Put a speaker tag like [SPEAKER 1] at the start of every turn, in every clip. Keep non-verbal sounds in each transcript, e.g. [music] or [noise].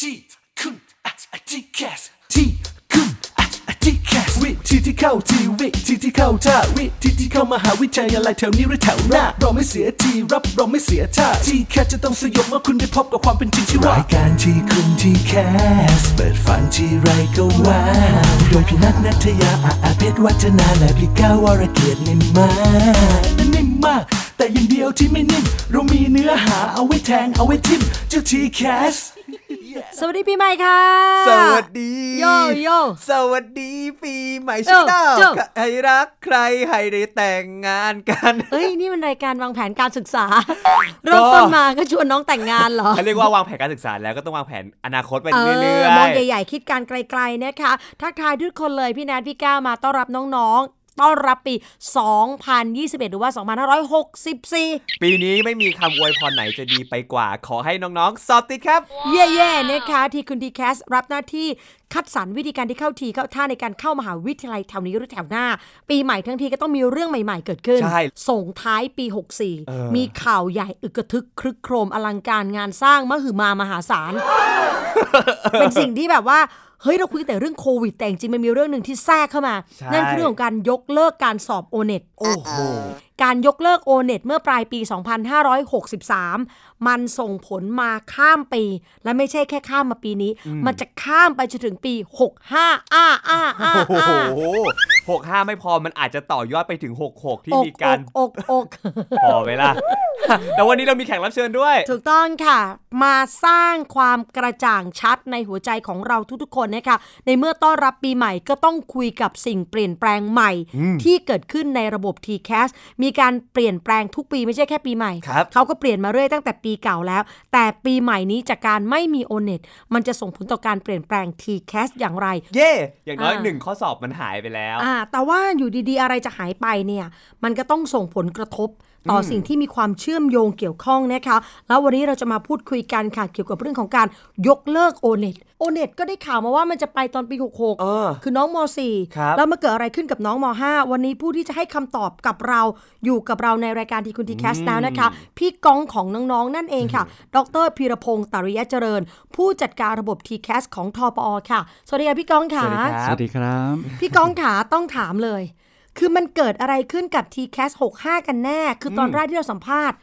[SPEAKER 1] ที่คุณอาจที่แคสที่คุณอาจที่แคสวิธีที่เข้าทีวิธีที่เข้าท่าวิธีที่เข้ามหาวิทยาลัยแถวนี้หรือแถวหน้าเราไม่เสียทีรับเราไม่เสียท่าที่แคสจะต้องสยบเมื่อคุณได้พบกับความเป็นจริงที่ว่ารายการที่คุณที่แคสเปิดฝันที่ไรก็ว่าโดยพี่นัทนัทยาอาอาเพชรวัฒนาและพี่ก้าววรเกียรตินิ่มมากนิ่มมาก แต่อย่างเดียวที่ไม่นิ่มเรามีเนื้อหาเอาไว้แทงเอาไว้ทิมเจ้าทีแคส
[SPEAKER 2] สวัสดีปีใหม่ค่ะ
[SPEAKER 3] สวัสดี
[SPEAKER 2] โยโย่
[SPEAKER 3] สวัสดีปีใหม่
[SPEAKER 2] โย่
[SPEAKER 3] ชิดา
[SPEAKER 2] โย่
[SPEAKER 3] ใครรักใครให้ได้แต่งงานกัน
[SPEAKER 2] เอ้ย นี่มันรายการวางแผนการศึกษา [laughs] เริ่มต้นมาก็ชวนน้องแต่งงาน
[SPEAKER 3] [laughs]
[SPEAKER 2] เหรอ
[SPEAKER 3] เขาเรียกว่าวางแผนการศึกษาแล้วก็ต้องวางแผนอนาคตไป
[SPEAKER 2] เอ
[SPEAKER 3] เรื่อย
[SPEAKER 2] อ
[SPEAKER 3] ๆ
[SPEAKER 2] มองใหญ่ ๆ คิดการไกล ๆ นะคะ ทักทายทุกคนเลยพี่แนทพี่ก้าวมาต้อนรับน้องๆ ต้อนรับปี 2021 หรือว่า 2564
[SPEAKER 3] ปีนี้ไม่มีคำอวยพรไหนจะดีไปกว่า ขอให้น้องๆ สอบติดครับ
[SPEAKER 2] เย่ๆนะคะที่คุณทีแคสรับหน้าที่คัดสรรวิธีการที่เข้าทีเข้าท่าในการเข้ามหาวิทยาลัยแถวนี้หรือแถวหน้า ปีใหม่ทั้งทีก็ต้องมีเรื่องใหม่ๆเกิดขึ้น
[SPEAKER 3] ใช่
[SPEAKER 2] ส่งท้ายปี 64 มีข่าวใหญ่อึกกระทึกครึกโครมอลังการงานสร้างมหึมามหาศาล เป็นสิ่งที่แบบว่า เฮ้ย เราคุยแต่เรื่องโควิด แต่จริงๆมันมีเรื่องหนึ่งที่แทรกเข้ามา
[SPEAKER 3] ใช่
[SPEAKER 2] นั่นคือเรื่องของการยกเลิกการสอบโอเน็ต
[SPEAKER 3] โอ้โห
[SPEAKER 2] การยกเลิกโอเน็ตเมื่อปลายปี 2563 มันส่งผลมาข้ามปี และไม่ใช่แค่ข้ามมาปีนี้ มันจะข้ามไปจนถึงปี 65 อ้าอ้าอ้า
[SPEAKER 3] โอ้
[SPEAKER 2] อ้า
[SPEAKER 3] โหหกห้าไม่พอมันอาจจะต่อยอดไปถึงหกหกที่
[SPEAKER 2] อก
[SPEAKER 3] มีการ
[SPEAKER 2] อกอกอก
[SPEAKER 3] พอไหมล่ะ แต่วันนี้เรามีแขกรับเชิญด้วย
[SPEAKER 2] ถูกต้องค่ะ มาสร้างความกระจ่างชัดในหัวใจของเราทุกๆคนนะคะในเมื่อต้อนรับปีใหม่ก็ต้องคุยกับสิ่งเปลี่ยนแปลงใหม่ ที่เกิดขึ้นในระบบ t c a s สมีการเปลี่ยนแปลงทุกปีไม่ใช่แค่ปีใหม่
[SPEAKER 3] ครับ
[SPEAKER 2] เขาก็เปลี่ยนมาเรื่อยตั้งแต่ปีเก่าแล้ว แต่ปีใหม่นี้จากการไม่มีโอเน็ตมันจะส่งผลต่อการเปลี่ยนแปลง t c a s สอย่างไร
[SPEAKER 3] เย่อย่างน้อย
[SPEAKER 2] อ่า
[SPEAKER 3] หนึ่งข้อสอบมันหายไปแล้ว
[SPEAKER 2] อ่าแต่ว่าอยู่ดีๆ อะไรจะหายไปเนี่ยมันก็ต้องส่งผลกระทบต่ออสิ่งที่มีความเชื่อมโยงเกี่ยวข้องนะคะแล้ววันนี้เราจะมาพูดคุยกันค่ะเกี่ยวกับเรื่องของการยกเลิกโอเน็ตโอเน็ตก็ได้ข่าวมาว่ามันจะไปตอนปี 66
[SPEAKER 3] เออ
[SPEAKER 2] คือน้องม
[SPEAKER 3] ครับ
[SPEAKER 2] 4 แล้วมาเกิดอะไรขึ้นกับน้องม 5 วันนี้ผู้ที่จะให้คำตอบกับเราอยู่กับเราในรายการทีคุณทีแคสแล้วนะคะ พี่กองของน้องๆ นั่นเองค่ะ ดรพีระพงศ์ตาริยะเจริญ ผู้จัดการระบบทีแคสของทปอค่ะสวัสดีค่ะพี่กองค่ะ
[SPEAKER 3] สวัสดีครับ
[SPEAKER 4] สวัสดีครับ
[SPEAKER 2] พี่ก้องขาต้องถามเลย คือมันเกิดอะไรขึ้นกับ t c a s 65 กันแน่ คือตอนแรกที่เราสัมภาษณ์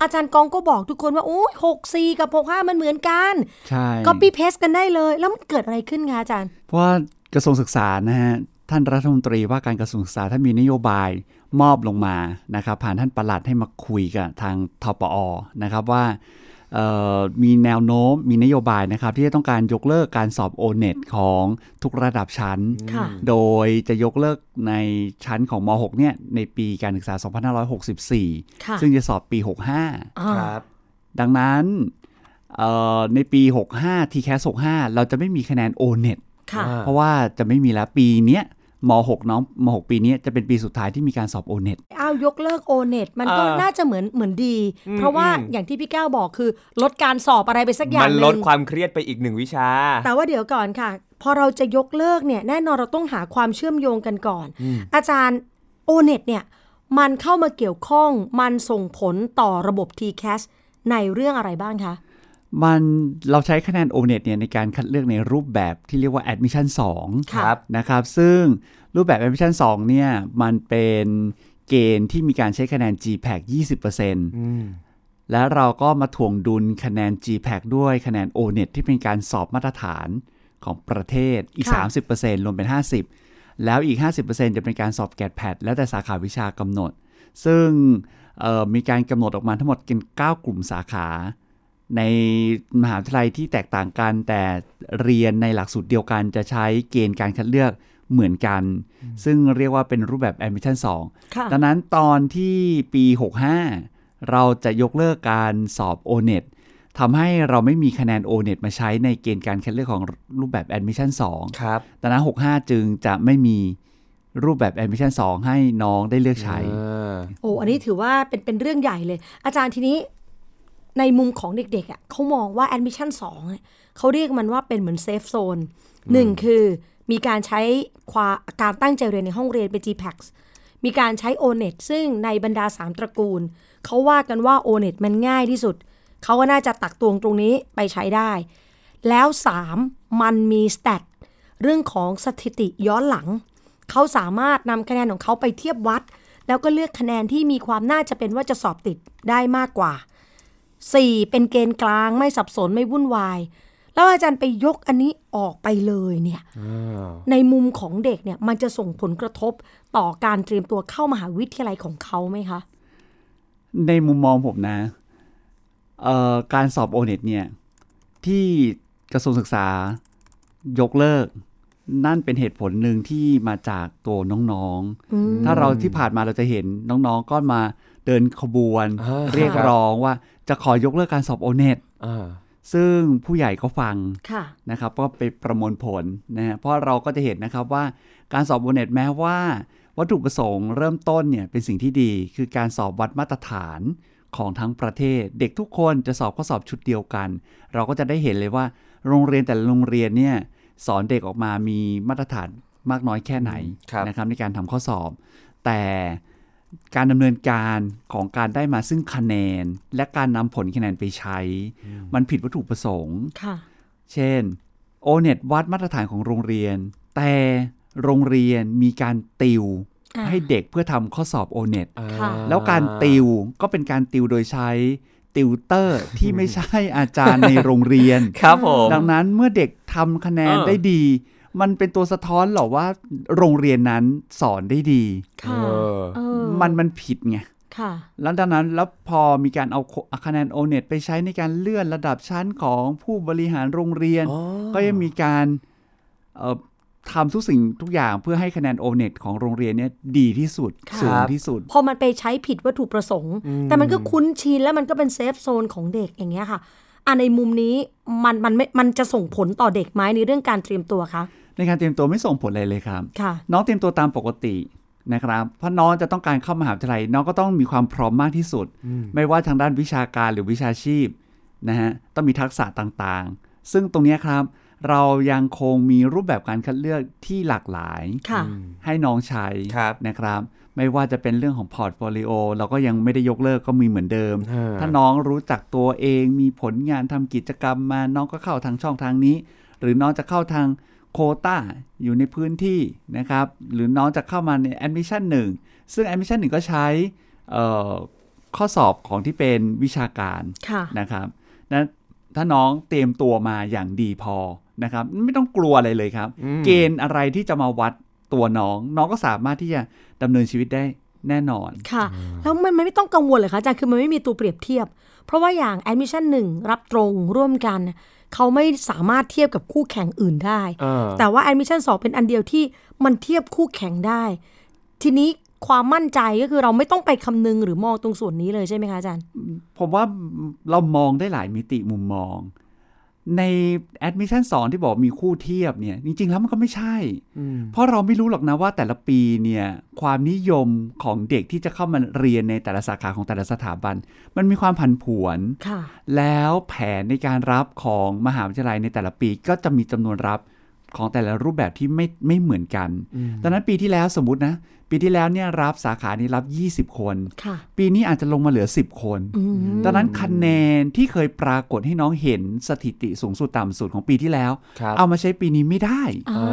[SPEAKER 2] อาจารย์กองก็บอกทุกคนว่า โอ้ย64 กับ 65 มันเหมือนกัน
[SPEAKER 4] ใช่
[SPEAKER 2] ก็ปี้เพสกันได้เลย แล้วมันเกิดอะไรขึ้นคะอาจารย์
[SPEAKER 4] เพราะว่ากระทรวงศึกษานะฮะท่านรัฐมนตรีว่าการกระทรวงศึกษาท่านมีนโยบายมอบลงมานะครับผ่านท่านปลัดให้มาคุยกับทางทปอนะครับว่าเอ่อมีแนวโน้มมีนโยบายนะครับที่จะต้องการยกเลิกการสอบโอเน็ตของทุกระดับชั้น
[SPEAKER 2] ค่ะ
[SPEAKER 4] โดยจะยกเลิกในชั้นของม .6 เนี่ยในปีการศึกษา 2564
[SPEAKER 2] ค่ะ
[SPEAKER 4] ซึ่งจะสอบปี 65
[SPEAKER 2] อ่า
[SPEAKER 3] ครับ
[SPEAKER 4] ดังนั้นเอ่อในปี 65 t c a s 65 เราจะไม่มีคะแนน o n e t
[SPEAKER 2] ค่ะ
[SPEAKER 3] อ่า
[SPEAKER 4] เพราะว่าจะไม่มีแล้วปีเนี้ยม .6 น้องม .6 ปีเนี้ยจะเป็นปีสุดท้ายที่มีการสอบ o n e t
[SPEAKER 2] อ้าวยกเลิกโอเน็ตมันก็
[SPEAKER 3] อ่า
[SPEAKER 2] น่าจะเหมือนเหมือนดี
[SPEAKER 3] อืม
[SPEAKER 2] เพราะว่า
[SPEAKER 3] อืม
[SPEAKER 2] อย่างที่พี่ก้าวบอกคือ ลดการสอบอะไรไปสักอย่า
[SPEAKER 3] มั
[SPEAKER 2] ง
[SPEAKER 3] น
[SPEAKER 2] ห
[SPEAKER 3] ล
[SPEAKER 2] นึ่
[SPEAKER 3] ด
[SPEAKER 2] ง
[SPEAKER 3] ความเครียดไปอีกหนึ่งวิชา
[SPEAKER 2] แต่ว่าเดี๋ยวก่อนค่ะ พอเราจะยกเลิกเนี่ยแน่นอนเราต้องหาความเชื่อมโยงกันก่อน อาจารย์โอเน็ตเนี่ย มันเข้ามาเกี่ยวข้องมันส่งผลต่อระบบ t c a s สในเรื่องอะไรบ้างคะ
[SPEAKER 4] มันเราใช้คะแนน o n e t เนี่ยในการคัดเลือกในรูปแบบที่เรียกว่า admission 2
[SPEAKER 2] ค่ะครับ
[SPEAKER 4] นะครับ ซึ่งรูปแบบ admission 2 เนี่ย มันเป็นเกณฑ์ที่มีการใช้คะแนน GPAC 20%และเราก็มาถ่วงดุลคะแนน GPAC ด้วยคะแนน o n e t ที่เป็นการสอบมาตรฐานของประเทศอีก
[SPEAKER 2] ค่ะ
[SPEAKER 4] 30%รวมเป็น 50 แล้วอีก 50%จะเป็นการสอบแกดแพดแล้วแต่สาขาวิชากำหนด ซึ่งเอ่อมีการกำหนดออกมาทั้งหมดเป็น9กลุ่มสาขา ในมหาวิทยาลัยที่แตกต่างกันแต่เรียนในหลักสูตรเดียวกันจะใช้เกณฑ์การคัดเลือกเหมือนกัน ซึ่งเรียกว่าเป็นรูปแบบ admission
[SPEAKER 2] ค่ะ
[SPEAKER 4] 2 ดังนั้นตอนที่ปี 65 เราจะยกเลิกการสอบ o n e t ทำให้เราไม่มีคะแนน o n e t มาใช้ในเกณฑ์การคัดเลือกของรูปแบบ admission 2
[SPEAKER 3] ครับ
[SPEAKER 4] ดังนั้น65 จึงจะไม่มีรูปแบบ admission 2 ให้น้องได้เลือกใช้
[SPEAKER 2] โอ้อันนี้ถือว่าเป็นเป็นเรื่องใหญ่เลย อาจารย์ทีนี้ในมุมของเด็กๆอ่ะเขามองว่า admission 2เนี่ยเขาเรียกมันว่าเป็นเหมือน safe zone หนึ่งคือมีการใช้ความการตั้งใจเรียนในห้องเรียนเป็น GPAX มีการใช้ O-net ซึ่งในบรรดา 3 ตระกูล เขาว่ากันว่า O-net มันง่ายที่สุด เขาก็น่าจะตักตวงตรงนี้ไปใช้ได้ แล้ว 3 มันมีส t a ตเรื่องของสถิติย้อนหลัง เขาสามารถนำคะแนนของเขาไปเทียบวัด แล้วก็เลือกคะแนนที่มีความน่าจะเป็นว่าจะสอบติดได้มากกว่า 4 เป็นเกณฑ์กลางไม่สับสนไม่วุ่นวาย แล้วอาจารย์ไปยกอันนี้ออกไปเลยเนี่ย ในมุมของเด็กเนี่ยมันจะส่งผลกระทบต่อการเตรียมตัวเข้ามหาวิทยาลัยของเขาไหมคะ
[SPEAKER 4] ในมุมมองผมนะเอ่อการสอบโอเน็ตเนี่ย ที่กระทรวงศึกษายกเลิก นั่นเป็นเหตุผลหนึ่งที่มาจากตัวน้องๆ ถ้าเราที่ผ่านมาเราจะเห็นน้องๆ ก็มาเดินขบวน
[SPEAKER 3] อ่า
[SPEAKER 4] เรียกร้องว่าจะขอยกเลิกการสอบโอเน็ต
[SPEAKER 3] อ่า
[SPEAKER 4] ซึ่งผู้ใหญ่ก็ฟัง
[SPEAKER 2] ค่ะ
[SPEAKER 4] นะครับก็ไปประมวลผลนะฮะเพราะเราก็จะเห็นนะครับว่าการสอบโอเน็ตแม้ว่า วัตถุประสงค์เริ่มต้นเนี่ยเป็นสิ่งที่ดี คือการสอบวัดมาตรฐานของทั้งประเทศ เด็กทุกคนจะสอบข้อสอบชุดเดียวกัน เราก็จะได้เห็นเลยว่า โรงเรียนแต่ละโรงเรียนเนี่ยสอนเด็กออกมามีมาตรฐานมากน้อยแค่ไหน
[SPEAKER 3] ครับ
[SPEAKER 4] นะครับในการทำข้อสอบ แต่การดำเนินการของการได้มาซึ่งคะแนน และการนำผลคะแนนไปใช้ มันผิดวัตถุประสงค์
[SPEAKER 2] ค่ะ
[SPEAKER 4] เช่น o n e t วัดมาตรฐานของโรงเรียน แต่โรงเรียนมีการติว
[SPEAKER 2] อ่า
[SPEAKER 4] ให้เด็กเพื่อทำข้อสอบ o n e t
[SPEAKER 3] อ่า
[SPEAKER 2] ค่ะ
[SPEAKER 4] แล้วการติวก็เป็นการติวโดยใช้ติวเตอร์ ที่ไม่ใช่อาจารย์ในโรงเรียน
[SPEAKER 3] ครับผม
[SPEAKER 4] ดังนั้นเมื่อเด็กทำคะแนน
[SPEAKER 3] เออ
[SPEAKER 4] ได้ดี มันเป็นตัวสะท้อนเหรอว่าโรงเรียนนั้นสอนได้ดี
[SPEAKER 2] ค่ะ
[SPEAKER 3] เออ
[SPEAKER 2] เออ
[SPEAKER 4] มันมันผิดไง
[SPEAKER 2] ค่ะ
[SPEAKER 4] แล้วดังนั้นแล้วพอมีการเอาคะแนน o n e t ไปใช้ในการเลื่อนระดับชั้นของผู้บริหารโรงเรียน
[SPEAKER 3] อ๋อ
[SPEAKER 4] ก็ยังมีการเอ่อทำทุกสิ่งทุกอย่างเพื่อให้คะแนน o n e t ของโรงเรียนเนี่ยดีที่สุด
[SPEAKER 2] ครับ
[SPEAKER 4] สูงที่สุด
[SPEAKER 2] พอมันไปใช้ผิดวัตถุประสงค์ แต่มันก็คุ้นชินแล้วมันก็เป็นเซฟโซนของเด็กอย่างเงี้ยค่ะอ่ะในมุมนี้มันมันไม่มันจะส่งผลต่อเด็กไหมในเรื่องการเตรียมตัวคะ
[SPEAKER 4] ในการเตรียมตัวไม่ส่งผลอะไรเลยครับ
[SPEAKER 2] ค่ะ
[SPEAKER 4] น้องเตรียมตัวตามปกตินะครับ เพราะน้องจะต้องการเข้ามหาวิทยาลัยน้องก็ต้องมีความพร้อมมากที่สุด ไม่ว่าทางด้านวิชาการหรือวิชาชีพนะฮะต้องมีทักษะต่างๆ ซึ่งตรงเนี้ยครับ เรายังคงมีรูปแบบการคัดเลือกที่หลากหลาย
[SPEAKER 2] ค่ะ
[SPEAKER 4] ให้น้องใช้
[SPEAKER 3] ครับ
[SPEAKER 4] นะครับ ไม่ว่าจะเป็นเรื่องของพอร์ตโฟลิโอเราก็ยังไม่ได้ยกเลิกก็มีเหมือนเดิม
[SPEAKER 3] อ่า
[SPEAKER 4] ถ้าน้องรู้จักตัวเองมีผลงานทำกิจกรรมมาน้องก็เข้าทางช่องทางนี้ หรือน้องจะเข้าทางโควต้าอยู่ในพื้นที่นะครับ หรือน้องจะเข้ามาในแอดมิชชั่นหนึ่งซึ่งแอดมิชชั่นหนึ่งก็ใช้เอ่อข้อสอบของที่เป็นวิชาการ
[SPEAKER 2] ค่ะ
[SPEAKER 4] นะครับนั้นถ้าน้องเตรียมตัวมาอย่างดีพอนะครับ ไม่ต้องกลัวอะไรเลยครับ เกณฑ์อะไรที่จะมาวัดตัวน้อง น้องก็สามารถที่จะดำเนินชีวิตได้แน่นอน
[SPEAKER 2] ค่ะ แล้วมันมันไม่ต้องกังวลเลยคะอาจารย์คือมันไม่มีตัวเปรียบเทียบ เพราะว่าอย่าง admission 1 รับตรงร่วมกัน เขาไม่สามารถเทียบกับคู่แข่งอื่นได้
[SPEAKER 3] เออ
[SPEAKER 2] แต่ว่า admission 2 เป็นอันเดียวที่มันเทียบคู่แข่งได้ ทีนี้ความมั่นใจก็คือเราไม่ต้องไปคำนึงหรือมองตรงส่วนนี้เลยใช่ไหมคะอาจารย์
[SPEAKER 4] ผมว่าเรามองได้หลายมิติมุมมอง ใน Admission 2 ที่บอกมีคู่เทียบเนี่ย จริง ๆ แล้วมันก็ไม่ใช่ เพราะเราไม่รู้หรอกนะว่าแต่ละปีเนี่ย ความนิยมของเด็กที่จะเข้ามาเรียนในแต่ละสาขาของแต่ละสถาบัน มันมีความผันผวน
[SPEAKER 2] ค่ะ
[SPEAKER 4] แล้วแผนในการรับของมหาวิทยาลัยในแต่ละปีก็จะมีจำนวนรับของแต่ละรูปแบบที่ไม่ไม่เหมือนกัน ดังนั้นปีที่แล้วสมมตินะ ปีที่แล้วเนี่ยรับสาขานี้รับ 20 คน
[SPEAKER 2] ค่ะ
[SPEAKER 4] ปีนี้อาจจะลงมาเหลือ 10 คน
[SPEAKER 2] อืม
[SPEAKER 4] ดังนั้นคะแนนที่เคยปรากฏให้น้องเห็นสถิติสูงสุดต่ำสุดของปีที่แล้ว
[SPEAKER 3] ครับ
[SPEAKER 4] เอามาใช้ปีนี้ไม่ได้
[SPEAKER 2] อ่า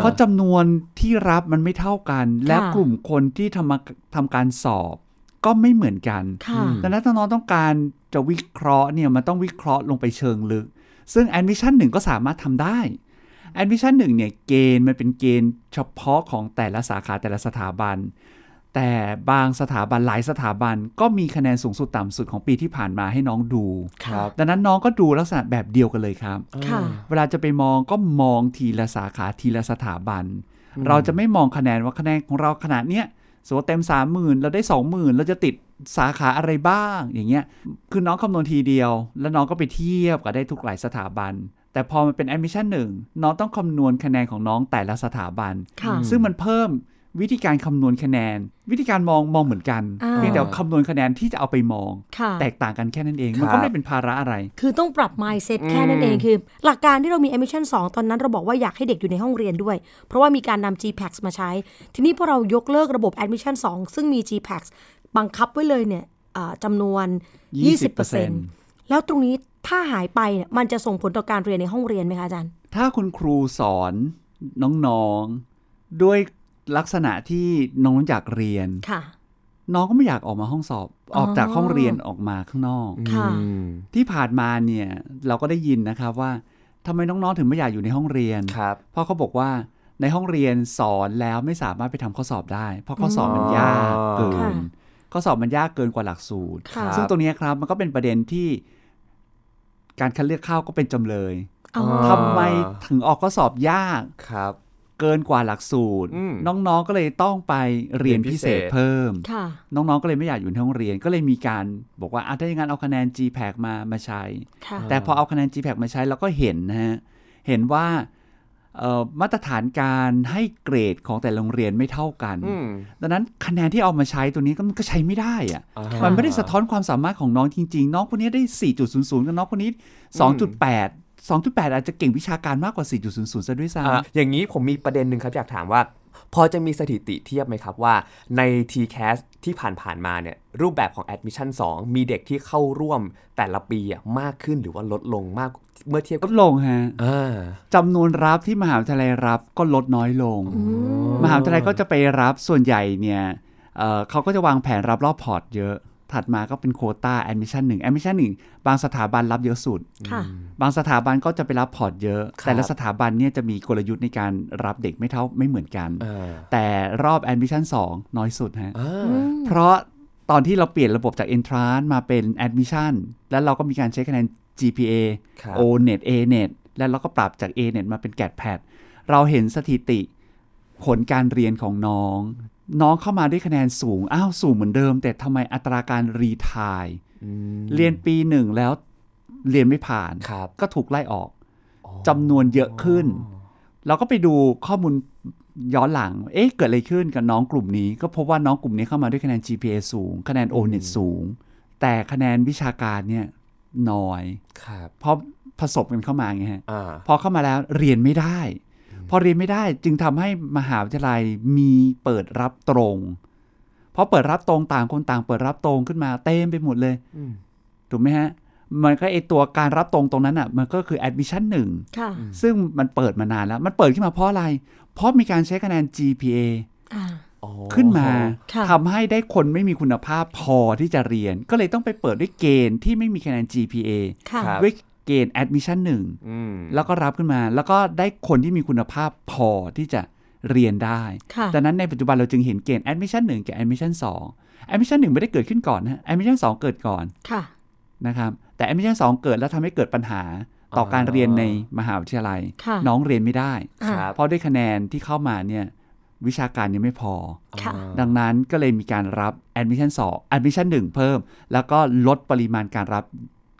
[SPEAKER 4] เพราะจำนวนที่รับมันไม่เท่ากัน และ
[SPEAKER 2] ค่ะ
[SPEAKER 4] กลุ่มคนที่ทำมาทำการสอบก็ไม่เหมือนกัน
[SPEAKER 2] ค่ะ
[SPEAKER 4] ดังนั้นถ้าน้องต้องการจะวิเคราะห์เนี่ยมันต้องวิเคราะห์ลงไปเชิงลึก ซึ่ง Admission 1 ก็สามารถทำได้ Admission 1 เนี่ยเกณฑ์มันเป็นเกณฑ์เฉพาะของแต่ละสาขาแต่ละสถาบัน แต่บางสถาบันหลายสถาบันก็มีคะแนนสูงสุดต่ำสุดของปีที่ผ่านมาให้น้องดู
[SPEAKER 3] ครับ
[SPEAKER 4] ดังนั้นน้องก็ดูลักษณะแบบเดียวกันเลยครับ
[SPEAKER 2] ค่ะ
[SPEAKER 4] เวลาจะไปมองก็มองทีละสาขาทีละสถาบัน เราจะไม่มองคะแนนว่าคะแนนของเราขนาดเนี้ยสมมติว่าเต็ม 30,000 เราได้ 20,000 เราจะติดสาขาอะไรบ้างอย่างเงี้ยคือน้องคำนวณทีเดียว แล้วน้องก็ไปเทียบกับได้ทุกหลายสถาบัน แต่พอมันเป็น admission หนึ่งน้องต้องคำนวณคะแนนของน้องแต่ละสถาบัน
[SPEAKER 2] ค่ะ
[SPEAKER 4] ซึ่งมันเพิ่มวิธีการคำนวณคะแนน วิธีการมองมองเหมือนกัน
[SPEAKER 2] อ่า
[SPEAKER 4] เพียงแต่ว่าคำนวณคะแนนที่จะเอาไปมอง
[SPEAKER 2] ค่ะ
[SPEAKER 4] แตกต่างกันแค่นั้นเอง มันก็ไม่ได้เป็นภาระอะไร
[SPEAKER 2] คือต้องปรับ mindset แค่นั้นเองคือ หลักการที่เรามี admission 2 ตอนนั้นเราบอกว่าอยากให้เด็กอยู่ในห้องเรียนด้วย เพราะว่ามีการนำ GPAX มาใช้ ทีนี้พอเรายกเลิกระบบ admission 2 ซึ่งมี GPAX บังคับไว้เลยเนี่ยอ่าจำนวน
[SPEAKER 4] 20%
[SPEAKER 2] 20%แล้วตรงนี้ ถ้าหายไปเนี่ยมันจะส่งผลต่อการเรียนในห้องเรียนไหมคะอาจารย์
[SPEAKER 4] ถ้าคุณครูสอนน้องๆ ด้วยลักษณะที่น้องอยากเรียน
[SPEAKER 2] ค่ะ
[SPEAKER 4] น้องก็ไม่อยากออกมาห้องสอบ ออกจากห้องเรียนออกมาข้างนอก
[SPEAKER 2] ค่ะ
[SPEAKER 3] อืม
[SPEAKER 4] ที่ผ่านมาเนี่ยเราก็ได้ยินนะครับว่าทำไมน้องๆถึงไม่อยากอยู่ในห้องเรียน
[SPEAKER 3] ครับ
[SPEAKER 4] เพราะเขาบอกว่าในห้องเรียนสอนแล้วไม่สามารถไปทำข้อสอบได้ เพราะข้อสอบมันยากเกิ
[SPEAKER 2] ค่ะ
[SPEAKER 4] นข้อสอบมันยากเกินกว่าหลักสูตร
[SPEAKER 2] ค่ะ
[SPEAKER 4] ซึ่งตรงเนี้ยครับมันก็เป็นประเด็นที่การคัดเลือกเข้าก็เป็นจำเลย
[SPEAKER 2] อ๋อ
[SPEAKER 4] ทำไมถึงออกข้อสอบยาก
[SPEAKER 3] ครับ
[SPEAKER 4] เกินกว่าหลักสูตร
[SPEAKER 3] อืม
[SPEAKER 4] น้องๆก็เลยต้องไปเรียนพิเศษ
[SPEAKER 3] เรียนพิเศษ
[SPEAKER 4] เพิ่ม
[SPEAKER 2] ค่ะ
[SPEAKER 4] น้องๆ ก็เลยไม่อยากอยู่ในห้องเรียน ก็เลยมีการบอกว่าอ่ะถ้าอย่างนั้นเอาคะแนน GPAC มามาใช้
[SPEAKER 2] ค่ะ
[SPEAKER 4] แต่พอเอาคะแนน GPAC มาใช้เราก็เห็นนะฮะ เห็นว่าเอ่อมาตรฐานการให้เกรดของแต่ละโรงเรียนไม่เท่ากัน
[SPEAKER 3] อืม
[SPEAKER 4] ดังนั้นคะแนนที่เอามาใช้ตัวนี้ก็มันก็ใช้ไม่ได้อะ
[SPEAKER 3] อ่า
[SPEAKER 4] มันไม่ได้สะท้อนความสามารถของน้องจริง ๆ น้องคนนี้ได้ 4.00 กับน้องคนนี้ 2.8 2.8 อาจจะเก่งวิชาการมากกว่า 4.00ซะด้วยซ้ำ
[SPEAKER 3] อ่ะอย่างนี้ผมมีประเด็นหนึ่งครับ อยากถามว่า พอจะมีสถิติเทียบไหมครับว่าใน TCAS ที่ผ่านๆมาเนี่ยรูปแบบของ Admission 2 มีเด็กที่เข้าร่วมแต่ละปีอะมากขึ้นหรือว่าลดลงมากเมื่อเทียบ
[SPEAKER 4] ล
[SPEAKER 3] กับ
[SPEAKER 4] ดลงฮะ
[SPEAKER 3] อ่า
[SPEAKER 4] จำนวนรับที่มหาวิทยาลัยรับก็ลดน้อยลง มหาวิทยาลัยก็จะไปรับส่วนใหญ่เนี่ยเอ่อเขาก็จะวางแผนรับรอบพอร์ตเยอะ ถัดมาก็เป็นโควต้าแอดมิชั่นหนึ่งแอดมิชั่นหนึ่งบางสถาบันรับเยอะสุด
[SPEAKER 2] ค่ะ
[SPEAKER 4] บางสถาบันก็จะไปรับพอร์ตเยอะ
[SPEAKER 3] ครับ
[SPEAKER 4] แต่ละสถาบันเนี่ยจะมีกลยุทธ์ในการรับเด็กไม่เท่าไม่เหมือนกัน
[SPEAKER 3] อ่า
[SPEAKER 4] แต่รอบแอดมิชั่น2น้อยสุดฮะ
[SPEAKER 3] อ่า
[SPEAKER 4] เพราะตอนที่เราเปลี่ยนระบบจาก Entrance มาเป็น Admission แล้วเราก็มีการใช้คะแนน GPA
[SPEAKER 3] ครับ
[SPEAKER 4] O-net A-net แล้วเราก็ปรับจาก A-net มาเป็น GAT p a t เราเห็นสถิติผลการเรียนของน้อง น้องเข้ามาด้วยคะแนนสูง อ้าว สูงเหมือนเดิม แต่ทำไมอัตราการรีทายเรียนปีหนึ่งแล้วเรียนไม่ผ่าน
[SPEAKER 3] ครับ
[SPEAKER 4] ก็ถูกไล่ออกจำนวนเยอะขึ้น เราก็ไปดูข้อมูลย้อนหลัง เอ๊ะ เกิดอะไรขึ้นกับน้องกลุ่มนี้ ก็พบว่าน้องกลุ่มนี้เข้ามาด้วยคะแนน GPA สูง คะแนน O-net สูง แต่คะแนนวิชาการเนี่ยน้อย
[SPEAKER 3] ครับ
[SPEAKER 4] เพราะผสมกันเข้ามาไงฮะ
[SPEAKER 3] อ่า
[SPEAKER 4] พอเข้ามาแล้วเรียนไม่ได้ พอเรียนไม่ได้จึงทำให้มหาวิทยาลัยมีเปิดรับตรงพอเปิดรับตรงต่างคนต่างเปิดรับตรงขึ้นมาเต็มไปหมดเลยถูกไหมฮะ มันก็ไอตัวการรับตรงตรงนั้นอ่ะมันก็คือ admission หนึ่ง
[SPEAKER 2] ค่ะ
[SPEAKER 4] ซึ่งมันเปิดมานานแล้ว มันเปิดขึ้นมาเพราะอะไร เพราะมีการใช้คะแนน GPA
[SPEAKER 2] อ่า
[SPEAKER 3] อ๋อ
[SPEAKER 4] ขึ้นมา
[SPEAKER 2] ค่ะ
[SPEAKER 4] ทำให้ได้คนไม่มีคุณภาพพอที่จะเรียน ก็เลยต้องไปเปิดด้วยเกณฑ์ที่ไม่มีคะแนน GPA
[SPEAKER 2] ค่ะ
[SPEAKER 4] ด้วยเกณฑ์ admission หนึ่ง
[SPEAKER 3] อืม
[SPEAKER 4] แล้วก็รับขึ้นมาแล้วก็ได้คนที่มีคุณภาพพอที่จะเรียนได้
[SPEAKER 2] ค่ะ
[SPEAKER 4] ดังนั้นในปัจจุบันเราจึงเห็นเกณฑ์ admission 1 กับ admission 2 admission 1 ไม่ได้เกิดขึ้นก่อนนะ admission 2 เกิดก่อน
[SPEAKER 2] ค่ะ
[SPEAKER 4] นะครับ แต่ admission 2 เกิดแล้วทำให้เกิดปัญหาต่อการเรียนในมหาวิทยาลัย
[SPEAKER 2] ค่ะ
[SPEAKER 4] น้องเรียนไม่ได้
[SPEAKER 2] อ่า
[SPEAKER 3] ครับ
[SPEAKER 4] เพราะด้วยคะแนนที่เข้ามาเนี่ยวิชาการยังไม่พอ
[SPEAKER 2] ค่ะ
[SPEAKER 4] ดังนั้นก็เลยมีการรับ admission 2 admission 1 เพิ่ม แล้วก็ลดปริมาณการรับ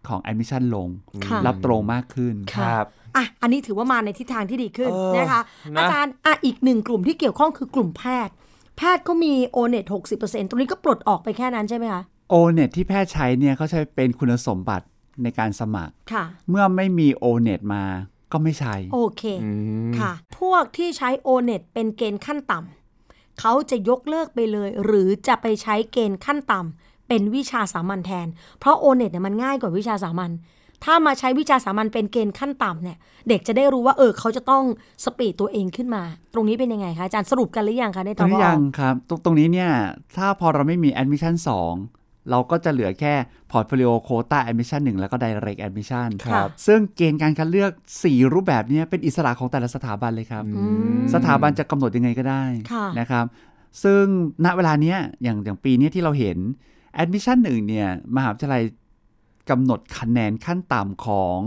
[SPEAKER 4] ของ admission ลง
[SPEAKER 2] ค่ะ
[SPEAKER 4] รับตรงมากขึ้น
[SPEAKER 3] ครับ
[SPEAKER 2] อ่ะ อันนี้ถือว่ามาในทิศทางที่ดีขึ้น
[SPEAKER 3] เออ
[SPEAKER 2] นะคะ
[SPEAKER 3] นะ
[SPEAKER 2] อาจารย์ อ่ะ อีกหนึ่งกลุ่มที่เกี่ยวข้องคือกลุ่มแพทย์ แพทย์ก็มีโอเน็ตหกสิบเปอร์เซ็นต์ตรงนี้ก็ปลดออกไปแค่นั้นใช่ไหมคะ
[SPEAKER 4] โอเน็ตที่แพทย์ใช้เนี่ยเขาใช้เป็นคุณสมบัติในการสมัคร
[SPEAKER 2] ค่ะ
[SPEAKER 4] เมื่อไม่มีโอเน็ตมาก็ไม่ใช้
[SPEAKER 2] โอเค
[SPEAKER 3] อืม
[SPEAKER 2] ค่ะ พวกที่ใช้โอเน็ตเป็นเกณฑ์ขั้นต่ำเขาจะยกเลิกไปเลย หรือจะไปใช้เกณฑ์ขั้นต่ำเป็นวิชาสามัญแทน เพราะโอเน็ตเนี่ยมันง่ายกว่าวิชาสามัญถ้ามาใช้วิชาสามัญเป็นเกณฑ์ขั้นต่ำเนี่ยเด็กจะได้รู้ว่าเออเขาจะต้องสปีดตัวเองขึ้นมา ตรงนี้เป็นยังไงคะอาจารย์สรุปกันหรือยังคะใน
[SPEAKER 4] ต
[SPEAKER 2] ต
[SPEAKER 4] ร
[SPEAKER 2] อง น
[SPEAKER 4] นี้ยังครับ ตรงตรงนี้เนี่ย ถ้าพอเราไม่มี Admission 2 เราก็จะเหลือแค่ Portfolio Quota Admission 1 แล้วก็ Direct Admission
[SPEAKER 2] ค่ะ
[SPEAKER 4] ซึ่งเกณฑ์การคัดเลือก 4 รูปแบบเนี้เป็นอิสระของแต่ละสถาบันเลยครับ
[SPEAKER 2] อืม
[SPEAKER 4] สถาบันจะกำหนดยังไงก็ได้
[SPEAKER 2] ค่ะ
[SPEAKER 4] นะครับ ซึ่งณเวลาเนี้ยอย่างอย่างปีเนี้ยที่เราเห็น admission หนึ่งเนี่ยมหาวิทยาลัยกำหนดคะแนนขั้นต่ำของ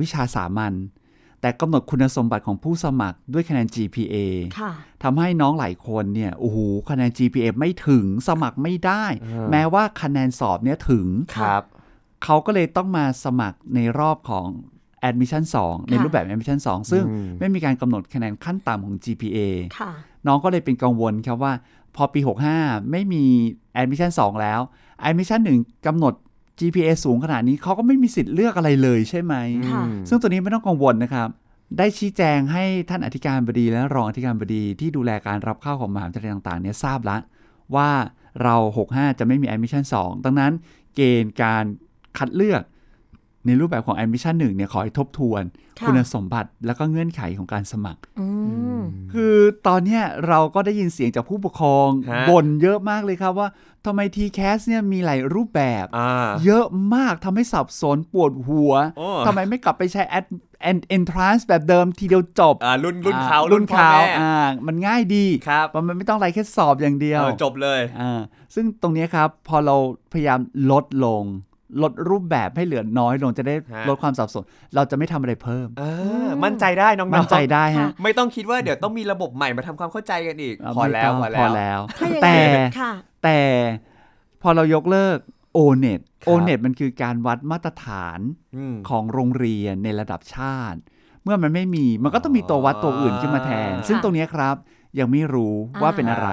[SPEAKER 4] วิชาสามัญแต่กำหนดคุณสมบัติของผู้สมัครด้วยคะแนน GPA
[SPEAKER 2] ค่ะ
[SPEAKER 4] ทำให้น้องหลายคนเนี่ยโอ้โหคะแนน GPA ไม่ถึงสมัครไม่ได้ แม้ว่าคะแนนสอบเนี่ยถึง
[SPEAKER 3] ครับ
[SPEAKER 4] เขาก็เลยต้องมาสมัครในรอบของ Admission 2 ในรูปแบบ Admission 2 ซึ่งไม่มีการกำหนดคะแนนขั้นต่ำของ GPA
[SPEAKER 2] ค่ะ
[SPEAKER 4] น้องก็เลยเป็นกังวลครับว่า พอปี 65 ไม่มี Admission 2 แล้ว Admission 1กำหนด GPA สูงขนาดนี้เขาก็ไม่มีสิทธิ์เลือกอะไรเลยใช่ไหม
[SPEAKER 2] ค่ะ
[SPEAKER 4] ซึ่งตัวนี้ไม่ต้องกังวลนะครับ ได้ชี้แจงให้ท่านอธิการบดีและรองอธิการบดีที่ดูแลการรับเข้าของมหาวิทยาลัยต่างๆเนี่ยทราบละว่าเรา 65 จะไม่มี admission 2 ดังนั้นเกณฑ์การคัดเลือก ในรูปแบบของ Admission 1เนี่ยขอให้ทบทวน
[SPEAKER 2] ค่ะ
[SPEAKER 4] คุณสมบัติแล้วก็เงื่อนไขของการสมัคร
[SPEAKER 2] อืม
[SPEAKER 4] คือตอนเนี้ยเราก็ได้ยินเสียงจากผู้ปกครอง
[SPEAKER 3] ฮะ
[SPEAKER 4] บ่นเยอะมากเลยครับว่าทำไม TCAS เนี่ยมีหลายรูปแบบ
[SPEAKER 3] อ่า
[SPEAKER 4] เยอะมากทำให้สับสนปวดหัว
[SPEAKER 3] โอ้
[SPEAKER 4] ทำไมไม่กลับไปใช้ ad and entrance แบบเดิมทีเดียวจบ
[SPEAKER 3] อ่ารุ่นรุ่นเขา
[SPEAKER 4] อ่
[SPEAKER 3] รุ่
[SPEAKER 4] รุ่
[SPEAKER 3] น
[SPEAKER 4] น
[SPEAKER 3] พ่อ
[SPEAKER 4] เขา
[SPEAKER 3] แม่
[SPEAKER 4] อ่ามันง่ายดี
[SPEAKER 3] ครับ
[SPEAKER 4] มันไม่ต้องอะไรแค่สอบอย่างเดียว
[SPEAKER 3] เออจบเลย
[SPEAKER 4] อ่าซึ่งตรงเนี้ยครับพอเราพยายามลดลง ลดรูปแบบให้เหลือน้อยลงจะได้
[SPEAKER 3] ฮะ
[SPEAKER 4] ลดความสับสน เราจะไม่ทำอะไรเพิ่ม
[SPEAKER 3] เออมั่นใจได้น้องๆ
[SPEAKER 4] มั่นใจได้
[SPEAKER 2] ค่ะ
[SPEAKER 4] ฮะ
[SPEAKER 3] ไม่ต้องคิดว่าเดี๋ยวต้องมีระบบใหม่มาทำความเข้าใจกันอีก
[SPEAKER 4] เา
[SPEAKER 3] พอ
[SPEAKER 4] ไม่
[SPEAKER 3] แล้ว
[SPEAKER 4] ต้ง
[SPEAKER 3] พอ
[SPEAKER 4] พอ
[SPEAKER 3] แล้ว
[SPEAKER 4] แล้ว
[SPEAKER 2] ถ้าอย่าง
[SPEAKER 4] แต่
[SPEAKER 2] นั้นค่ะ
[SPEAKER 4] แต่พอเรายกเลิก o n e t
[SPEAKER 3] ครับ
[SPEAKER 4] o n e t มันคือการวัดมาตรฐาน
[SPEAKER 3] อืม
[SPEAKER 4] ของโรงเรียนในระดับชาติ เมื่อมันไม่มีมันก็ต้องมีตัววัดตัวอื่นขึ้นมาแทน
[SPEAKER 3] อ่า
[SPEAKER 4] ซึ่งตรงเนี้ยครับยังไม่รู้ว่า
[SPEAKER 2] อ่า
[SPEAKER 4] เป็นอะไร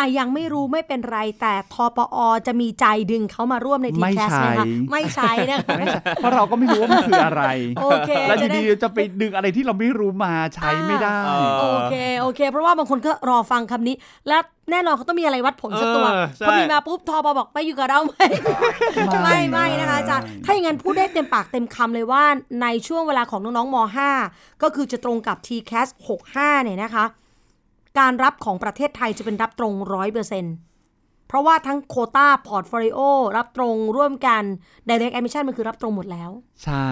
[SPEAKER 2] อ่ะยังไม่รู้ไม่เป็นไรแต่ทปอจะมีใจดึงเขามาร่วมในที
[SPEAKER 4] ไม่
[SPEAKER 2] แคส
[SPEAKER 4] ใช่
[SPEAKER 2] ไหมคะไม่ใช่นะคะ
[SPEAKER 4] ไม่ใช่เพราะเราก็ไม่รู้ว่ามันคืออะไร
[SPEAKER 2] โอเค
[SPEAKER 4] แล้วอ
[SPEAKER 2] จะ
[SPEAKER 4] ยู่
[SPEAKER 2] ได้
[SPEAKER 4] ดีๆจะไปดึงอะไรที่เราไม่รู้มาใช้ไม่ได้
[SPEAKER 3] อ่า
[SPEAKER 2] โอเค โอเค เพราะว่าบางคนก็รอฟังคำนี้ และแน่นอนเขาต้องมีอะไรวัดผลสักตัว
[SPEAKER 3] เออใช่
[SPEAKER 2] พอมีมาปุ๊บทอปอบอกไปอยู่กับเราไหม
[SPEAKER 4] ไม่
[SPEAKER 2] ไม่ไม่นะคะอาจารย์
[SPEAKER 4] ไม่
[SPEAKER 2] ถ้าอย่างนั้นพูดได้เต็มปากเต็มคำเลยว่าในช่วงเวลาของน้องๆม .5 ก็คือจะตรงกับ t c a s 65 เนี่ยนะคะ การรับของประเทศไทยจะเป็นรับตรง 100%เพราะว่าทั้งโควต้าพอร์ตโฟลิโอรับตรงร่วมกัน direct admission มันคือรับตรงหมดแล้ว
[SPEAKER 4] ใช่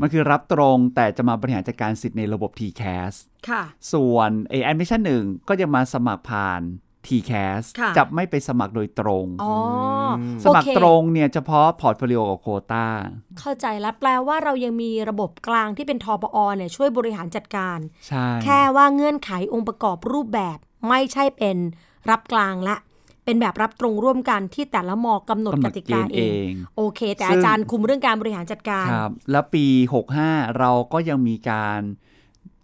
[SPEAKER 4] มันคือรับตรงแต่จะมาบริหารจัดการสิทธิ์ในระบบ TCAS
[SPEAKER 2] ค่ะ
[SPEAKER 4] ส่วน a d m i s s i o n 1 ก็จะมาสมัครผ่าน TCAS
[SPEAKER 2] ค่ะ
[SPEAKER 4] จะไม่ไปสมัครโดยตรง
[SPEAKER 2] อ๋อ
[SPEAKER 4] ส
[SPEAKER 2] โอ
[SPEAKER 4] มัคร
[SPEAKER 2] เค
[SPEAKER 4] ตรงเนี่ยเฉพาะพอร์ตโฟลิโอกับโควตา
[SPEAKER 2] เข้าใจแล้วแปลว่าเรายังมีระบบกลางที่เป็นทปอเนี่ยช่วยบริหารจัดการ
[SPEAKER 4] ใช่
[SPEAKER 2] แค่ว่าเงื่อนไของค์ประกอบรูปแบบไม่ใช่เป็นรับกลางละ เป็นแบบรับตรงร่วมกันที่แต่ละมอกำหนด
[SPEAKER 4] กำหน
[SPEAKER 2] ก
[SPEAKER 4] ด
[SPEAKER 2] ติ
[SPEAKER 4] เก
[SPEAKER 2] กา
[SPEAKER 4] ณฑ์
[SPEAKER 2] เอ
[SPEAKER 4] เอง ง
[SPEAKER 2] โอเค แต่
[SPEAKER 4] ซึ่
[SPEAKER 2] อาง จารย์คุมเรื่องการบริหารจัดการ
[SPEAKER 4] ครับ แล้วปี 65 เราก็ยังมีการ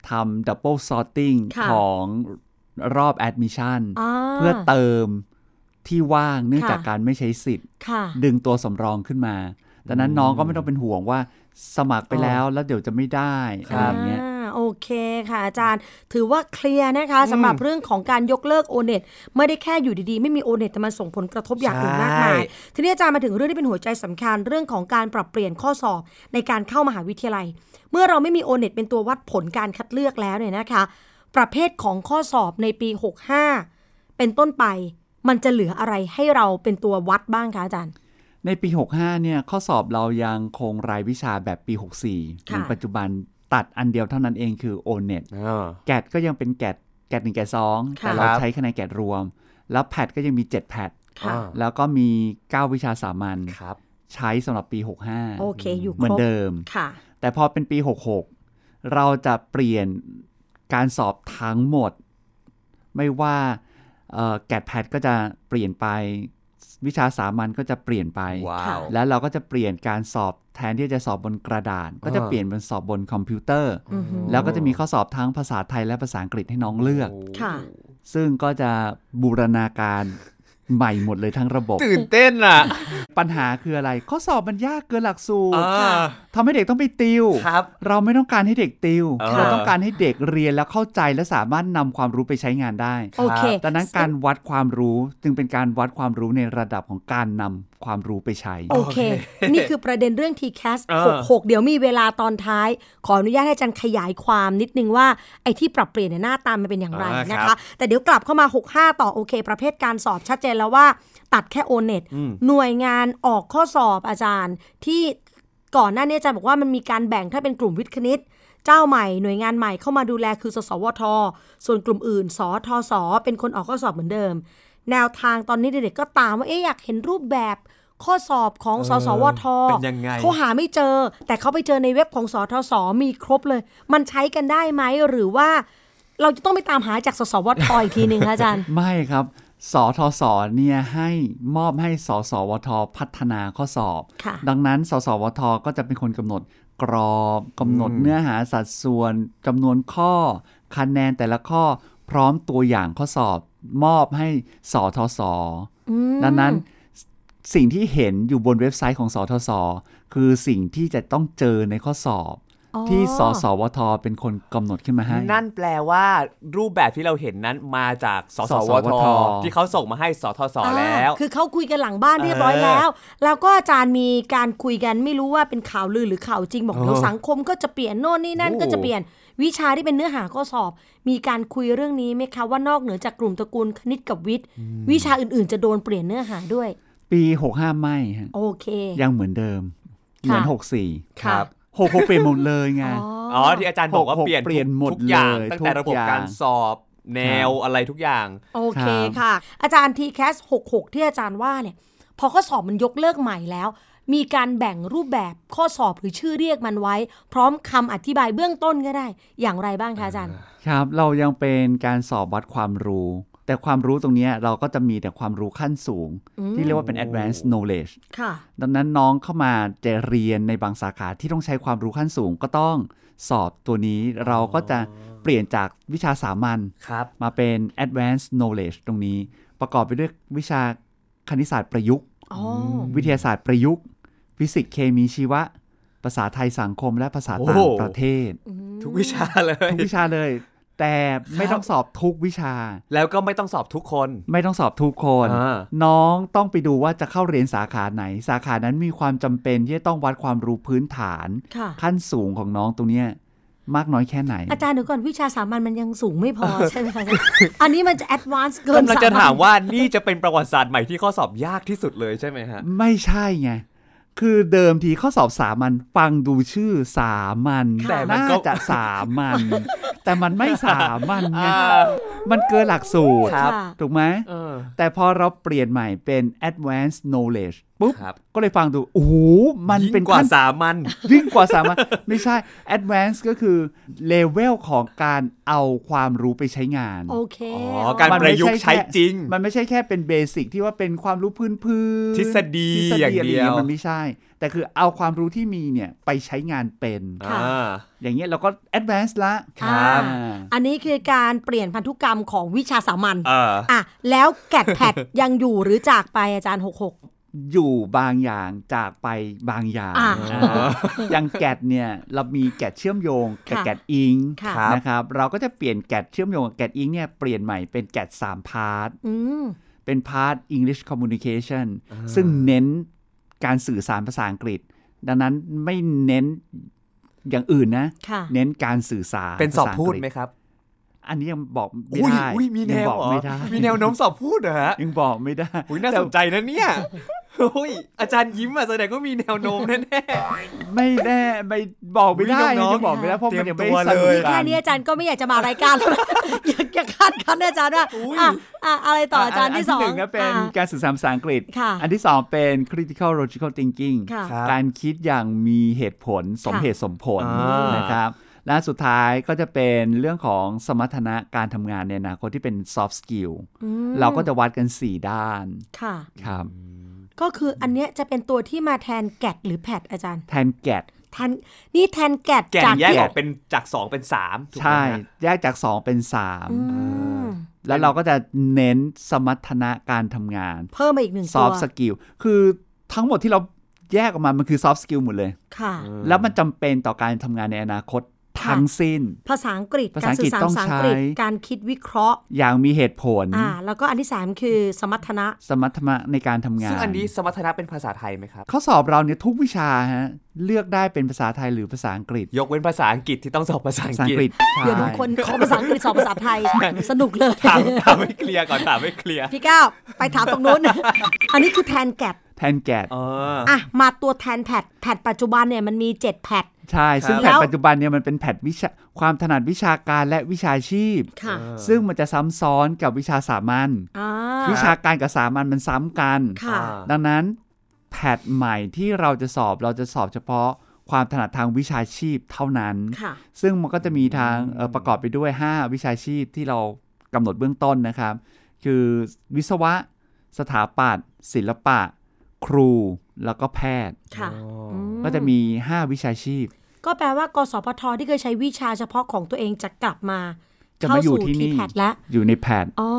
[SPEAKER 4] ทำดับเบิลซอ r t ติ้ง
[SPEAKER 2] ค่ะ
[SPEAKER 4] ของรอบแอดมิชชั่น
[SPEAKER 2] อ่า
[SPEAKER 4] เพื่อเติมที่ว่างเนื่องจากการไม่ใช้สิทธิ
[SPEAKER 2] ค่ะ
[SPEAKER 4] ดึงตัวสำรองขึ้นมา ดังนั้นน้องก็ไม่ต้องเป็นห่วงว่าสมัครไปแล้วแล้วเดี๋ยวจะไม่ได้อะไรอย่างเงี้ย
[SPEAKER 2] อ่าโอเคค่ะอาจารย์ ถือว่าเคลียร์นะคะสำหรับเรื่องของการยกเลิกโอเน็ตไม่ได้แค่อยู่ดีๆ ไม่มีโอเน็ตแต่มันส่งผลกระทบอย่างอื่นมากมาย
[SPEAKER 3] ใช่
[SPEAKER 2] ทีนี้อาจารย์มาถึงเรื่องที่เป็นหัวใจสำคัญเรื่องของการปรับเปลี่ยนข้อสอบในการเข้ามหาวิทยาลัย เมื่อเราไม่มีโอเน็ตเป็นตัววัดผลการคัดเลือกแล้วเนี่ยนะคะ ประเภทของข้อสอบในปี 65 เป็นต้นไป มันจะเหลืออะไรให้เราเป็นตัววัดบ้างคะอาจารย์
[SPEAKER 4] ในปี 65 เนี่ย ข้อสอบเรายังคงรายวิชาแบบปี 64
[SPEAKER 2] ค่ะ
[SPEAKER 4] เหมือนปัจจุบันตัดอันเดียวเท่านั้นเองคือ o n e t
[SPEAKER 3] อ่า
[SPEAKER 4] แกดก็ยังเป็นแกดแกดหนึ่งแกดสอง
[SPEAKER 2] ค่ะ
[SPEAKER 4] แต่เราใช้คะแนนแกดรวม แล้วแพทก็ยังมี 7 แพท
[SPEAKER 2] ค่ะ
[SPEAKER 3] อ่า
[SPEAKER 4] แล้วก็มี 9 วิชาสามัญ
[SPEAKER 3] ครับ
[SPEAKER 4] ใช้สำหรับปี 65
[SPEAKER 2] โอเคอยู่
[SPEAKER 4] เหมื
[SPEAKER 2] คร
[SPEAKER 4] อน
[SPEAKER 2] บ
[SPEAKER 4] เดิม
[SPEAKER 2] ค่ะ
[SPEAKER 4] แต่พอเป็นปี 66 เราจะเปลี่ยนการสอบทั้งหมด ไม่ว่าแกดแพดก็จะเปลี่ยนไป วิชาสามัญก็จะเปลี่ยนไป
[SPEAKER 3] ว้า
[SPEAKER 2] ค่ะ
[SPEAKER 3] ว
[SPEAKER 4] แล้วเราก็จะเปลี่ยนการสอบแทนที่จะสอบบนกระดาษ ก็จะเปลี่ยนเป็นสอบบนคอมพิวเตอร์
[SPEAKER 2] อือฮึ
[SPEAKER 4] แล้วก็จะมีข้อสอบทั้งภาษาไทยและภาษาอังกฤษให้น้องเลือก
[SPEAKER 2] ค่ะ
[SPEAKER 4] ซึ่งก็จะบูรณาการใหม่หมดเลยทั้งระบบ
[SPEAKER 3] ตื่นเต้นอ่ะ
[SPEAKER 4] ปัญหาคืออะไร ข้อสอบมันยากเกินหลักสูตร
[SPEAKER 3] อ่า
[SPEAKER 4] ทำให้เด็กต้องไปติว
[SPEAKER 3] ครับ
[SPEAKER 4] เราไม่ต้องการให้เด็กติว
[SPEAKER 3] เออ
[SPEAKER 4] เราต้องการให้เด็กเรียนแล้วเข้าใจและสามารถนำความรู้ไปใช้งานได้
[SPEAKER 2] โอเค
[SPEAKER 4] ดังนั้นการวัดความรู้จึงเป็นการวัดความรู้ในระดับของการนำความรู้ไปใช้
[SPEAKER 2] โอเค นี่คือประเด็นเรื่อง TCAS
[SPEAKER 3] เออ
[SPEAKER 2] 66 เดี๋ยวมีเวลาตอนท้าย ขออนุญาตให้อาจารย์ขยายความนิดนึงว่า ไอ้ที่ปรับเปลี่ยนเนี่ยหน้าตามมันเป็นอย่างไร
[SPEAKER 3] อ่า
[SPEAKER 2] นะ
[SPEAKER 3] ครั
[SPEAKER 2] คะ
[SPEAKER 3] บ
[SPEAKER 2] แต่เดี๋ยวกลับเข้ามา 65 ต่อโอเค ประเภทการสอบชัดเจนแล้วว่า ตัดแค่โอเน็ตหน่วยงานออกข้อสอบอาจารย์ ที่ก่อนหน้านี้อาจารย์บอกว่ามันมีการแบ่งถ้าเป็นกลุ่มวิทย์คณิต เจ้าใหม่หน่วยงานใหม่เข้ามาดูแลคือ สสวท ส่วนกลุ่มอื่น สทศเป็นคนออกข้อสอบเหมือนเดิม แนวทางตอนนี้เด็กๆก็ตามว่าเอ๊ะอยากเห็นรูปแบบข้อสอบของสสวท
[SPEAKER 3] เป็นยังไง
[SPEAKER 2] เขาหาไม่เจอ แต่เขาไปเจอในเว็บของสทศมีครบเลย มันใช้กันได้ไหมหรือว่า เราจะต้องไปตามหาจากสสวทอีกทีหนึ่งคะอาจารย์
[SPEAKER 4] ไม่ครับ สทศเนี่ยให้มอบให้สสวท พัฒนาข้อสอบ
[SPEAKER 2] ค่ะ
[SPEAKER 4] ดังนั้น สสวท ก็จะเป็นคนกำหนดกรอบกำหนดเนื้อหาสัดส่วนจำนวนข้อ คะแนนแต่ละข้อพร้อมตัวอย่างข้อสอบ มอบให้สทศดังนั้นสิ่งที่เห็นอยู่บนเว็บไซต์ของสทศคือสิ่งที่จะต้องเจอในข้อสอบ
[SPEAKER 2] อ๋อ
[SPEAKER 4] ที่สสวทเป็นคนกำหนดขึ้นมาให้
[SPEAKER 3] นั่นแปลว่า รูปแบบที่เราเห็นนั้นมาจากสสว
[SPEAKER 4] สสว
[SPEAKER 3] ท
[SPEAKER 4] ท
[SPEAKER 3] ที่เขาส่งมาให้สทศ
[SPEAKER 2] อ่า
[SPEAKER 3] แล้ว
[SPEAKER 2] คือเขาคุยกันหลังบ้านเรียบร้อยแล้ว
[SPEAKER 3] [laughs]
[SPEAKER 2] แล้วก็อาจารย์มีการคุยกันไม่รู้ว่าเป็นข่าวลือหรือข่าวจริง บอกเดี๋ยวสังคมก็จะเปลี่ยนโน่นนี่นั่น
[SPEAKER 3] โอ้
[SPEAKER 2] ก็จะเปลี่ยนวิชาที่เป็นเนื้อหาข้อสอบ มีการคุยเรื่องนี้ไหมคะว่านอกเหนือจากกลุ่มตระกูลคณิตกับวิทย์ วิชาอื่นๆ จะโดนเปลี่ยนเนื้อหาด้วย
[SPEAKER 4] ปี 65 ไม่ฮะ
[SPEAKER 2] โอเค
[SPEAKER 4] ยังเหมือนเดิม
[SPEAKER 2] ค่ะ
[SPEAKER 4] เหมือน 64
[SPEAKER 3] ครับ
[SPEAKER 4] 6 6เปลี่ยนหมดเลยไง
[SPEAKER 3] อ๋อที่อาจารย์บอกว่า
[SPEAKER 4] หก
[SPEAKER 3] เป
[SPEAKER 4] หก
[SPEAKER 3] ลี่ยน
[SPEAKER 4] เปลี่ยนหมด
[SPEAKER 3] ทุกอย่าง
[SPEAKER 4] เลย
[SPEAKER 3] ตั้งแต่
[SPEAKER 4] ทุก
[SPEAKER 3] ระบบ
[SPEAKER 4] อย่าง
[SPEAKER 3] การสอบแนวอะไรทุกอย่าง
[SPEAKER 2] โอเค
[SPEAKER 4] ครับ
[SPEAKER 2] ค่ะ อาจารย์ทีแคส66 ที่อาจารย์ว่าเนี่ย พอข้อสอบมันยกเลิกใหม่แล้ว มีการแบ่งรูปแบบข้อสอบหรือชื่อเรียกมันไว้ พร้อมคำอธิบายเบื้องต้นก็ได้ อย่างไรบ้างคะอาจารย์
[SPEAKER 4] ครับ เรายังเป็นการสอบวัดความรู้ แต่ความรู้ตรงเนี้ยเราก็จะมีแต่ความรู้ขั้นสูง ที่เรียกว่าเป็น advanced knowledge
[SPEAKER 2] ค่ะ
[SPEAKER 4] ดังนั้นน้องเข้ามาจะเรียนในบางสาขาที่ต้องใช้ความรู้ขั้นสูงก็ต้องสอบตัวนี้เราก็จะเปลี่ยนจากวิชาสามัญ
[SPEAKER 3] ครับ
[SPEAKER 4] มาเป็น advanced knowledge ตรงนี้ ประกอบไปด้วยวิชาคณิตศาสตร์ประยุกต์
[SPEAKER 2] อ๋อ
[SPEAKER 4] วิทยาศาสตร์ประยุกต์ ฟิสิกส์เคมีชีวะ ภาษาไทยสังคมและภาษาต่า
[SPEAKER 3] โอ้
[SPEAKER 4] ง
[SPEAKER 3] โห
[SPEAKER 4] ประเทศ
[SPEAKER 3] ทุกวิชาเลย
[SPEAKER 4] ทุกวิชาเลย แต่ไม่ต้องสอบทุกวิชา
[SPEAKER 3] แล้วก็ไม่ต้องสอบทุกคน
[SPEAKER 4] ไม่ต้องสอบทุกคน
[SPEAKER 3] อ่า
[SPEAKER 4] น้องต้องไปดูว่าจะเข้าเรียนสาขาไหน สาขานั้นมีความจำเป็นที่จะต้องวัดความรู้พื้นฐาน
[SPEAKER 2] ค่ะ
[SPEAKER 4] ขั้นสูงของน้องตรงเนี้ยมากน้อยแค่ไหน
[SPEAKER 2] อาจารย์เดี๋ยวก่อนวิชาสามัญมันยังสูงไม่
[SPEAKER 3] [laughs]
[SPEAKER 2] พอ ใช่ไหมคะอาจารย์อันนี้มันจะแอดวานซ์เกิน
[SPEAKER 3] กำลังจะ
[SPEAKER 2] ส
[SPEAKER 3] ถามว่านี่จะเป็นประวัติศาสตร์ใหม่ที่ข้อสอบยากที่สุดเลยใช่ไหมฮะ
[SPEAKER 4] ไม่ใช่ไง คือเดิมทีข้อสอบสามัญฟังดูชื่อสามัญ
[SPEAKER 3] แต่มัน
[SPEAKER 4] น่า
[SPEAKER 3] ก็
[SPEAKER 4] จะสามัญแต่มันไม่สามัญไง
[SPEAKER 3] อ่า
[SPEAKER 4] มันเกินหลักสูตร
[SPEAKER 3] ครับ
[SPEAKER 2] ค่ะ
[SPEAKER 4] ถูกไหม
[SPEAKER 3] เออ
[SPEAKER 4] แต่พอเราเปลี่ยนใหม่เป็น advanced knowledge ปุ๊บ
[SPEAKER 3] ครับ
[SPEAKER 4] ก็เลยฟังดู โอ้โห มัน
[SPEAKER 3] ยิ่ง
[SPEAKER 4] เป็น
[SPEAKER 3] กว่า
[SPEAKER 4] ขั้น
[SPEAKER 3] สามัญ
[SPEAKER 4] ยิ่งกว่าสามัญไม่ใช่ advanced ก็คือเลเวลของการเอาความรู้ไปใช้งาน
[SPEAKER 2] โอเค
[SPEAKER 3] อ๋อการ
[SPEAKER 4] มันไม่
[SPEAKER 3] ประยุกต์ใช้จริง
[SPEAKER 4] แค่มันไม่ใช่แค่เป็นเบสิกที่ว่าเป็นความรู้พื้นพื้น
[SPEAKER 3] ทฤษฎีอย่างเดียว
[SPEAKER 4] มันไม่ใช่ แต่คือเอาความรู้ที่มีเนี่ยไปใช้งานเป็น
[SPEAKER 2] ค่ะ
[SPEAKER 3] อ่า
[SPEAKER 4] อย่างเงี้ยเราก็ advanced ละ
[SPEAKER 3] ครับ
[SPEAKER 2] อ่าอันนี้คือการเปลี่ยนพันธุกรรมของวิชาสามัญ
[SPEAKER 3] เออ
[SPEAKER 2] อ่ะแล้วแกดแพด ยังอยู่หรือจากไปอาจารย์ 66
[SPEAKER 4] อยู่บางอย่างจากไปบางอย่าง
[SPEAKER 2] อ่า
[SPEAKER 4] อ่าอย่างแกดเนี่ยเรามีแกดเชื่อมโยงกับ
[SPEAKER 2] ค่ะ
[SPEAKER 4] แกดอิง
[SPEAKER 2] ค่ะ
[SPEAKER 4] นะครับเราก็จะเปลี่ยนแกดเชื่อมโยงกับแกดอิงเนี่ยเปลี่ยนใหม่เป็นแกดสามพาร์ท
[SPEAKER 2] อืม
[SPEAKER 4] เป็นพาร์ท English Communication ซึ่งเน้นการสื่อสารภาษาอังกฤษ ดังนั้นไม่เน้นอย่างอื่นนะ
[SPEAKER 2] ค่ะ
[SPEAKER 4] เน้นการสื่อสาร
[SPEAKER 3] เป็นสอบ
[SPEAKER 4] ภาษา
[SPEAKER 3] พูด
[SPEAKER 4] กฤษ
[SPEAKER 3] ไหมครับ
[SPEAKER 4] อันนี้ยังบอกไม่
[SPEAKER 3] อุ้ย
[SPEAKER 4] ได้
[SPEAKER 3] อุ้ยมีแน
[SPEAKER 4] ยัง
[SPEAKER 3] ว
[SPEAKER 4] บอก
[SPEAKER 3] เหรอ
[SPEAKER 4] ไม่ได้
[SPEAKER 3] มีแนวโน้มสอบพูดเหรอฮะ
[SPEAKER 4] ยังบอกไม่ได้
[SPEAKER 3] อุ้ยน่าสนใจนะเนี่ยอุ้ยอาจารย์ยิ้มอ่ะแสดงว่ามีแนวโน้มแน่
[SPEAKER 4] ไม่แน่ไม่บอกไม่ได้
[SPEAKER 3] อุ๊ยน้องๆ
[SPEAKER 4] ยังบอกไม่ได้เพราะ
[SPEAKER 3] เตรี
[SPEAKER 4] มั
[SPEAKER 3] ยม
[SPEAKER 4] นยังไม่
[SPEAKER 3] ตัว
[SPEAKER 4] สรุป
[SPEAKER 3] เลย
[SPEAKER 4] กั
[SPEAKER 2] แค่นี้อาจารย์ก็ไม่อยากจะมารายการแล้วนะ [laughs] อยากจะคาดคันอาจารย์ว่าอ่ะอ่ะอะไรต่ออาจารย์ที่สอง
[SPEAKER 4] หนึ่งนะเป็น
[SPEAKER 2] อ่ะ
[SPEAKER 4] การสื่อสารภาษาอังกฤษ
[SPEAKER 2] ค่ะ
[SPEAKER 4] อันที่สองเป็น critical logical thinking
[SPEAKER 2] ค่ะ
[SPEAKER 4] การคิดอย่างมีเหตุผลสมเหตุสมผล
[SPEAKER 3] อ่าน
[SPEAKER 4] นะครับ และสุดท้ายก็จะเป็นเรื่องของสมรรถนะการทำงานในอนาคตที่เป็น soft skill เราก็จะวัดกัน 4 ด้าน
[SPEAKER 2] ค่ะ
[SPEAKER 4] ครับ
[SPEAKER 2] ก็คืออันเนี้ยจะเป็นตัวที่มาแทนแกดหรือแพดอาจารย์
[SPEAKER 4] แทนแกด
[SPEAKER 2] แทนนี่แทนแกด
[SPEAKER 3] ๆ แก่น
[SPEAKER 2] จาก
[SPEAKER 3] แยก
[SPEAKER 2] ที่
[SPEAKER 3] ออกเป็นจากสองเป็นสามถูกไหม
[SPEAKER 4] ใช่
[SPEAKER 3] ฮะ
[SPEAKER 4] แยกจาก 2 เป็น
[SPEAKER 2] อืม
[SPEAKER 4] 3 แล้วเราก็จะเน้นสมรรถนะการทำงาน
[SPEAKER 2] เพิ่มมาอีกหนึ่ง
[SPEAKER 4] ซ
[SPEAKER 2] ตั
[SPEAKER 4] อ
[SPEAKER 2] ว
[SPEAKER 4] ฟต์สกิล คือทั้งหมดที่เราแยกออกมา มันคือซอฟต์สกิลหมดเลย
[SPEAKER 2] ค่ะ
[SPEAKER 4] แล้วมันจำเป็นต่อการทำงานในอนาคต
[SPEAKER 2] ค่ะ
[SPEAKER 4] ทั้งสิ้น
[SPEAKER 2] ภาษาอังกฤษ
[SPEAKER 4] ภา
[SPEAKER 2] การ
[SPEAKER 4] ษาอัง
[SPEAKER 2] สื่
[SPEAKER 4] กฤ
[SPEAKER 2] อ
[SPEAKER 4] ษ
[SPEAKER 2] สาร
[SPEAKER 4] ต้อง
[SPEAKER 2] ภาษาอั
[SPEAKER 4] ใช้
[SPEAKER 2] งกฤษการคิดวิเคราะห์
[SPEAKER 4] อย่างมีเหตุผล
[SPEAKER 2] อ่าแล้วก็อันที่สามคือสมรรถนะ
[SPEAKER 4] สมรรถนะในการทำงาน
[SPEAKER 3] ซึ่งอันนี้สมรรถนะเป็นภาษาไทยไหมครับ
[SPEAKER 4] ข้อสอบเราเนี่ยทุกวิชาฮะเลือกได้เป็นภาษาไทยหรือภาษาอังกฤษ
[SPEAKER 3] ยกเว้นภาษาอังกฤษที่ต้องสอบภาษาอั
[SPEAKER 4] ภาง ษาอั
[SPEAKER 3] กฤ
[SPEAKER 4] ง
[SPEAKER 3] ษ
[SPEAKER 4] กฤษ
[SPEAKER 2] เดี๋ยวบางคนขอภาษาอังกฤษส [laughs] อบภาษาไทย สนุกเลย
[SPEAKER 3] ถามถามไม่เคลียร์ก่อนถามไม่เคลียร์
[SPEAKER 2] พี่ก้าวไปถามตรงนู้น [laughs] อันนี้คือแทนแกด
[SPEAKER 4] แทนแกด
[SPEAKER 3] อ๋อ
[SPEAKER 2] อ่ะมาตัวแทนแพดแพดปัจจุบันเนี่ยมันมีเจ็ดแพด
[SPEAKER 4] ใช่ ซึ่ง
[SPEAKER 2] แล้ว
[SPEAKER 4] แพทปัจจุบันเนี่ยมันเป็นแพทวิชาความถนัดวิชาการและวิชาชีพ
[SPEAKER 2] ค่ะ
[SPEAKER 4] ซึ่งมันจะซ้ำซ้อนกับวิชาสามัญ
[SPEAKER 2] อ่า
[SPEAKER 4] วิชาการกับสามัญมันซ้ำกัน
[SPEAKER 2] ค่ะ
[SPEAKER 4] ดังนั้นแพทใหม่ที่เราจะสอบเราจะสอบเฉพาะความถนัดทางวิชาชีพเท่านั้น
[SPEAKER 2] ค่ะ
[SPEAKER 4] ซึ่งมันก็จะมีทางเอ่อประกอบไปด้วย 5 วิชาชีพที่เรากำหนดเบื้องต้นนะครับ คือวิศวะ สถาปัตย์ศิลปะ ครู แล้วก็แพทย์
[SPEAKER 2] ค่ะม
[SPEAKER 4] ก็จะมี 5 วิชาชีพ
[SPEAKER 2] ก็แปลว่ากสพทที่เคยใช้วิชาเฉพาะของตัวเองจะกลับมา
[SPEAKER 4] จะมาอยู่ที่นี่
[SPEAKER 2] แพดแล้ว
[SPEAKER 4] อยู่ในแพทย์
[SPEAKER 2] อ๋อ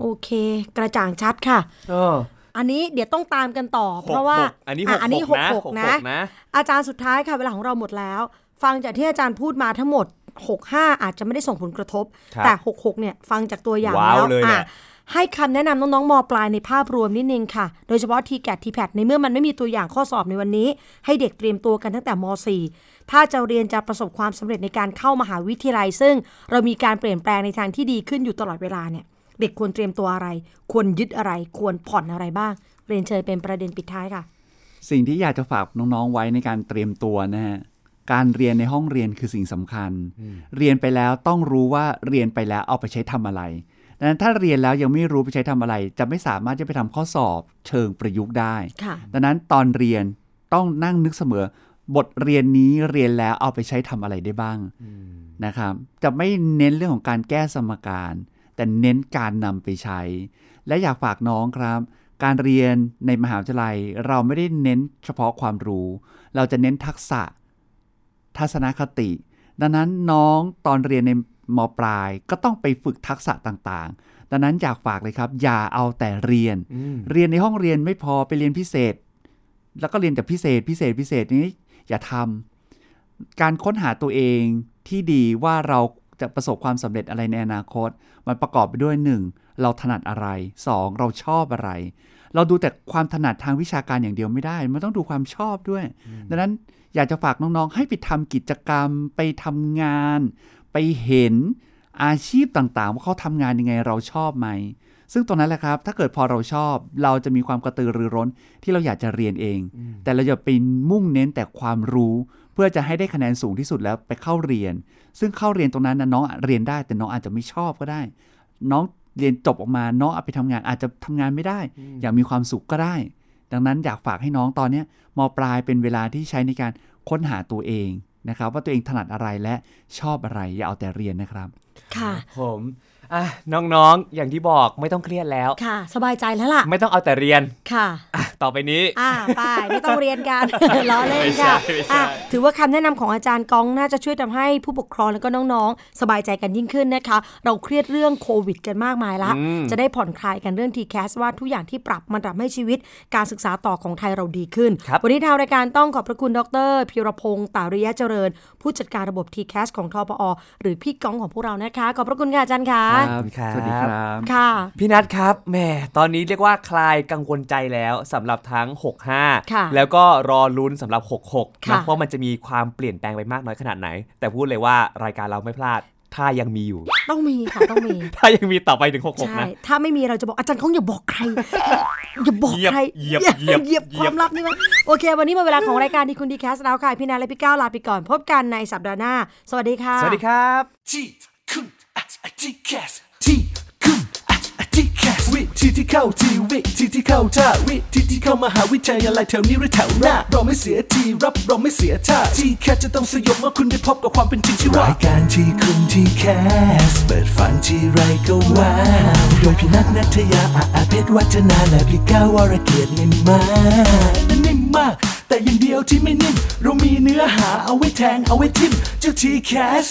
[SPEAKER 2] โอเค กระจ่างชัดค่ะ
[SPEAKER 3] เออ
[SPEAKER 2] อันนี้เดี๋ยวต้องตามกันต่อ
[SPEAKER 3] หก
[SPEAKER 2] เพราะว่า
[SPEAKER 3] หกอันนี้หก
[SPEAKER 2] ะอันนี้
[SPEAKER 3] หกนะ
[SPEAKER 2] หกหก
[SPEAKER 3] หกหกนะ
[SPEAKER 2] อาจารย์สุดท้ายค่ะ เวลาของเราหมดแล้ว ฟังจากที่อาจารย์พูดมาทั้งหมด 65 อาจจะไม่ได้ส่งผลกระทบ
[SPEAKER 3] ครับ
[SPEAKER 2] แต่ 66 เนี่ย ฟังจากตัวอย่าง
[SPEAKER 3] ว้าว
[SPEAKER 2] แล้ว
[SPEAKER 3] เลย
[SPEAKER 2] อ่ะ
[SPEAKER 3] นะ
[SPEAKER 2] ให้คำแนะนำน้องๆมปลายในภาพรวมนิดนึงค่ะ โดยเฉพาะ t c a t t p a t ในเมื่อมันไม่มีตัวอย่างข้อสอบในวันนี้ ให้เด็กเตรียมตัวกันตั้งแต่ม .4 ถ้าจะเรียนจะประสบความสำเร็จในการเข้ามหาวิทยาลัย ซึ่งเรามีการเปลี่ยนแปลงในทางที่ดีขึ้นอยู่ตลอดเวลาเนี่ย เด็กควรเตรียมตัวอะไร ควรยึดอะไร ควรผ่อนอะไรบ้าง เรียนเชิญเป็นประเด็นปิดท้ายค่ะ
[SPEAKER 4] สิ่งที่อยากจะฝากน้องๆไว้ในการเตรียมตัวนะฮะ การเรียนในห้องเรียนคือสิ่งสำคัญ เรียนไปแล้วต้องรู้ว่าเรียนไปแล้วเอาไปใช้ทำอะไรดังนั้นถ้าเรียนแล้วยังไม่รู้ไปใช้ทำอะไร จะไม่สามารถจะไปทำข้อสอบเชิงประยุกต์ได้
[SPEAKER 2] ค่ะ
[SPEAKER 4] ดังนั้นตอนเรียนต้องนั่งนึกเสมอ บทเรียนนี้เรียนแล้วเอาไปใช้ทำอะไรได้บ้างนะครับ จะไม่เน้นเรื่องของการแก้สมการ แต่เน้นการนำไปใช้ และอยากฝากน้องครับ การเรียนในมหาวิทยาลัยเราไม่ได้เน้นเฉพาะความรู้ เราจะเน้นทักษะ ทัศนคติ ดังนั้นน้องตอนเรียนในมปลายก็ต้องไปฝึกทักษะต่างๆ ดังนั้นอยากฝากเลยครับ อย่าเอาแต่เรียน เรียนในห้องเรียนไม่พอไปเรียนพิเศษ แล้วก็เรียนแต่พิเศษพิเศษพิเศษนี้อย่าทำการค้นหาตัวเองที่ดีว่าเราจะประสบความสำเร็จอะไรในอนาคต มันประกอบไปด้วย 1. เราถนัดอะไร 2. เราชอบอะไร เราดูแต่ความถนัดทางวิชาการอย่างเดียวไม่ได้ มันต้องดูความชอบด้วย ดังนั้นอยากจะฝากน้องๆ ให้ไปทำกิจกรรม ไปทำงาน ไปเห็นอาชีพต่างๆ ว่าเขาทำงานยังไงเราชอบไหม ซึ่งตรงนั้นแหละครับ ถ้าเกิดพอเราชอบ เราจะมีความกระตือรือร้นที่เราอยากจะเรียนเอง แต่เราอย่าไปมุ่งเน้นแต่ความรู้ เพื่อจะให้ได้คะแนนสูงที่สุดแล้วไปเข้าเรียน ซึ่งเข้าเรียนตรงนั้นนะน้องเรียนได้ แต่น้องอาจจะไม่ชอบก็ได้ น้องเรียนจบออกมา น้องเอาไปทำงานอาจจะทำงานไม่ได้ อยากมีความสุขก็ได้ ดังนั้นอยากฝากให้น้องตอนเนี้ยมปลายเป็นเวลาที่ใช้ในการค้นหาตัวเองนะครับว่าตัวเองถนัดอะไรและชอบอะไรอย่าเอาแต่เรียนนะครับ
[SPEAKER 2] ค่ะ
[SPEAKER 3] ผมอ่ะน้องๆ อย่างที่บอกไม่ต้องเครียดแล้ว
[SPEAKER 2] ค่ะ สบายใจแล้วล่ะ
[SPEAKER 3] ไม่ต้องเอาแต่เรียน
[SPEAKER 2] ค่ะ
[SPEAKER 3] อ่ะต่อไปนี้
[SPEAKER 2] อ่าไปไม่ต้องเรียน
[SPEAKER 3] [laughs]
[SPEAKER 2] กัน ล้อเล่นค่ะ
[SPEAKER 3] ไม่ใช่ไม่ใช่
[SPEAKER 2] อ่ะ ถือว่าคำแนะนำของอาจารย์กองน่าจะช่วยทำให้ผู้ปกครองแล้วก็น้องๆ สบายใจกันยิ่งขึ้นนะคะ เราเครียดเรื่องโควิดกันมากมายละ จะได้ผ่อนคลายกันเรื่อง t c a s สว่าทุกอย่างที่ปรับมันทำให้ชีวิตการศึกษาต่อของไทยเราดีขึ้น
[SPEAKER 3] ครับ
[SPEAKER 2] วันนี้ทางรายการต้องขอบพระคุณดรพิรพงศ์ตาริยะเจริญ ผู้จัดการระบบ t c a s สของทปอ หรือพี่ก้องของพวกเรานะคะ ขอบพระคุณค่ะอาจารย์ค่ะ
[SPEAKER 3] ขอบคุณครับ
[SPEAKER 4] สวัสดีครับ
[SPEAKER 2] ค่ะ
[SPEAKER 3] พี่นัทครับแหมตอนนี้เรียกว่าคลายกังวลใจแล้วสำหรับทั้ง
[SPEAKER 2] ค่ะ
[SPEAKER 3] 65 แล้วก็รอลุ้นสำหรับ 66
[SPEAKER 2] ค่ะ
[SPEAKER 3] นะว่ามันจะมีความเปลี่ยนแปลงไปมากน้อยขนาดไหน แต่พูดเลยว่ารายการเราไม่พลาด ถ้ายังมีอยู่ [laughs]
[SPEAKER 2] ต้องมีค่ะต้องมี
[SPEAKER 3] ถ้ายังมีต่อไปถึง 66
[SPEAKER 2] ใช่
[SPEAKER 3] นะ
[SPEAKER 2] ถ้าไม่มีเราจะบอกอาจารย์คงอย่าบอก
[SPEAKER 3] [laughs]
[SPEAKER 2] ใคร อย่าบอก
[SPEAKER 3] เหยียบ
[SPEAKER 2] ใคร
[SPEAKER 3] เหยียบ
[SPEAKER 2] อา
[SPEAKER 3] เหยียบ
[SPEAKER 2] เหยียบ
[SPEAKER 3] เหยี
[SPEAKER 2] ค
[SPEAKER 3] ยบ
[SPEAKER 2] วามลับนี่มั้งโอเค วันนี้หมดเวลาของรายการดีคุณดีแคสแล้วค่ะ พี่นาและพี่ก้าวลาไปก่อน พบกันในสัปดาห์หน้า สวัสดีค่ะ
[SPEAKER 3] สวัสดีครับ
[SPEAKER 1] ที่คุณอัดอัดที่แคสที่คุณอัดอัดที่แคสวิธีที่เข้าทีวิธีที่เข้าท่าวิธีที่เข้ามหาวิทยาลัยแถวนี้หรือแถวหน้าเราไม่เสียทีรับเราไม่เสียท่าที่แคสจะต้องสยบเมื่อคุณได้พบกับความเป็นจริงที่ว่ารายการที่คุณที่แคสเปิดฝันที่ไรก็ว้าวโดยพี่นัทนัทยาอาอาเพชรวัฒนาและพี่ก้าววรเกียรตินิ่มมากนิ่มมาก แต่อย่างเดียวที่ไม่นิ่มเรามีเนื้อหาเอาไว้แทงเอาไว้ทิมเจ้าทีแคส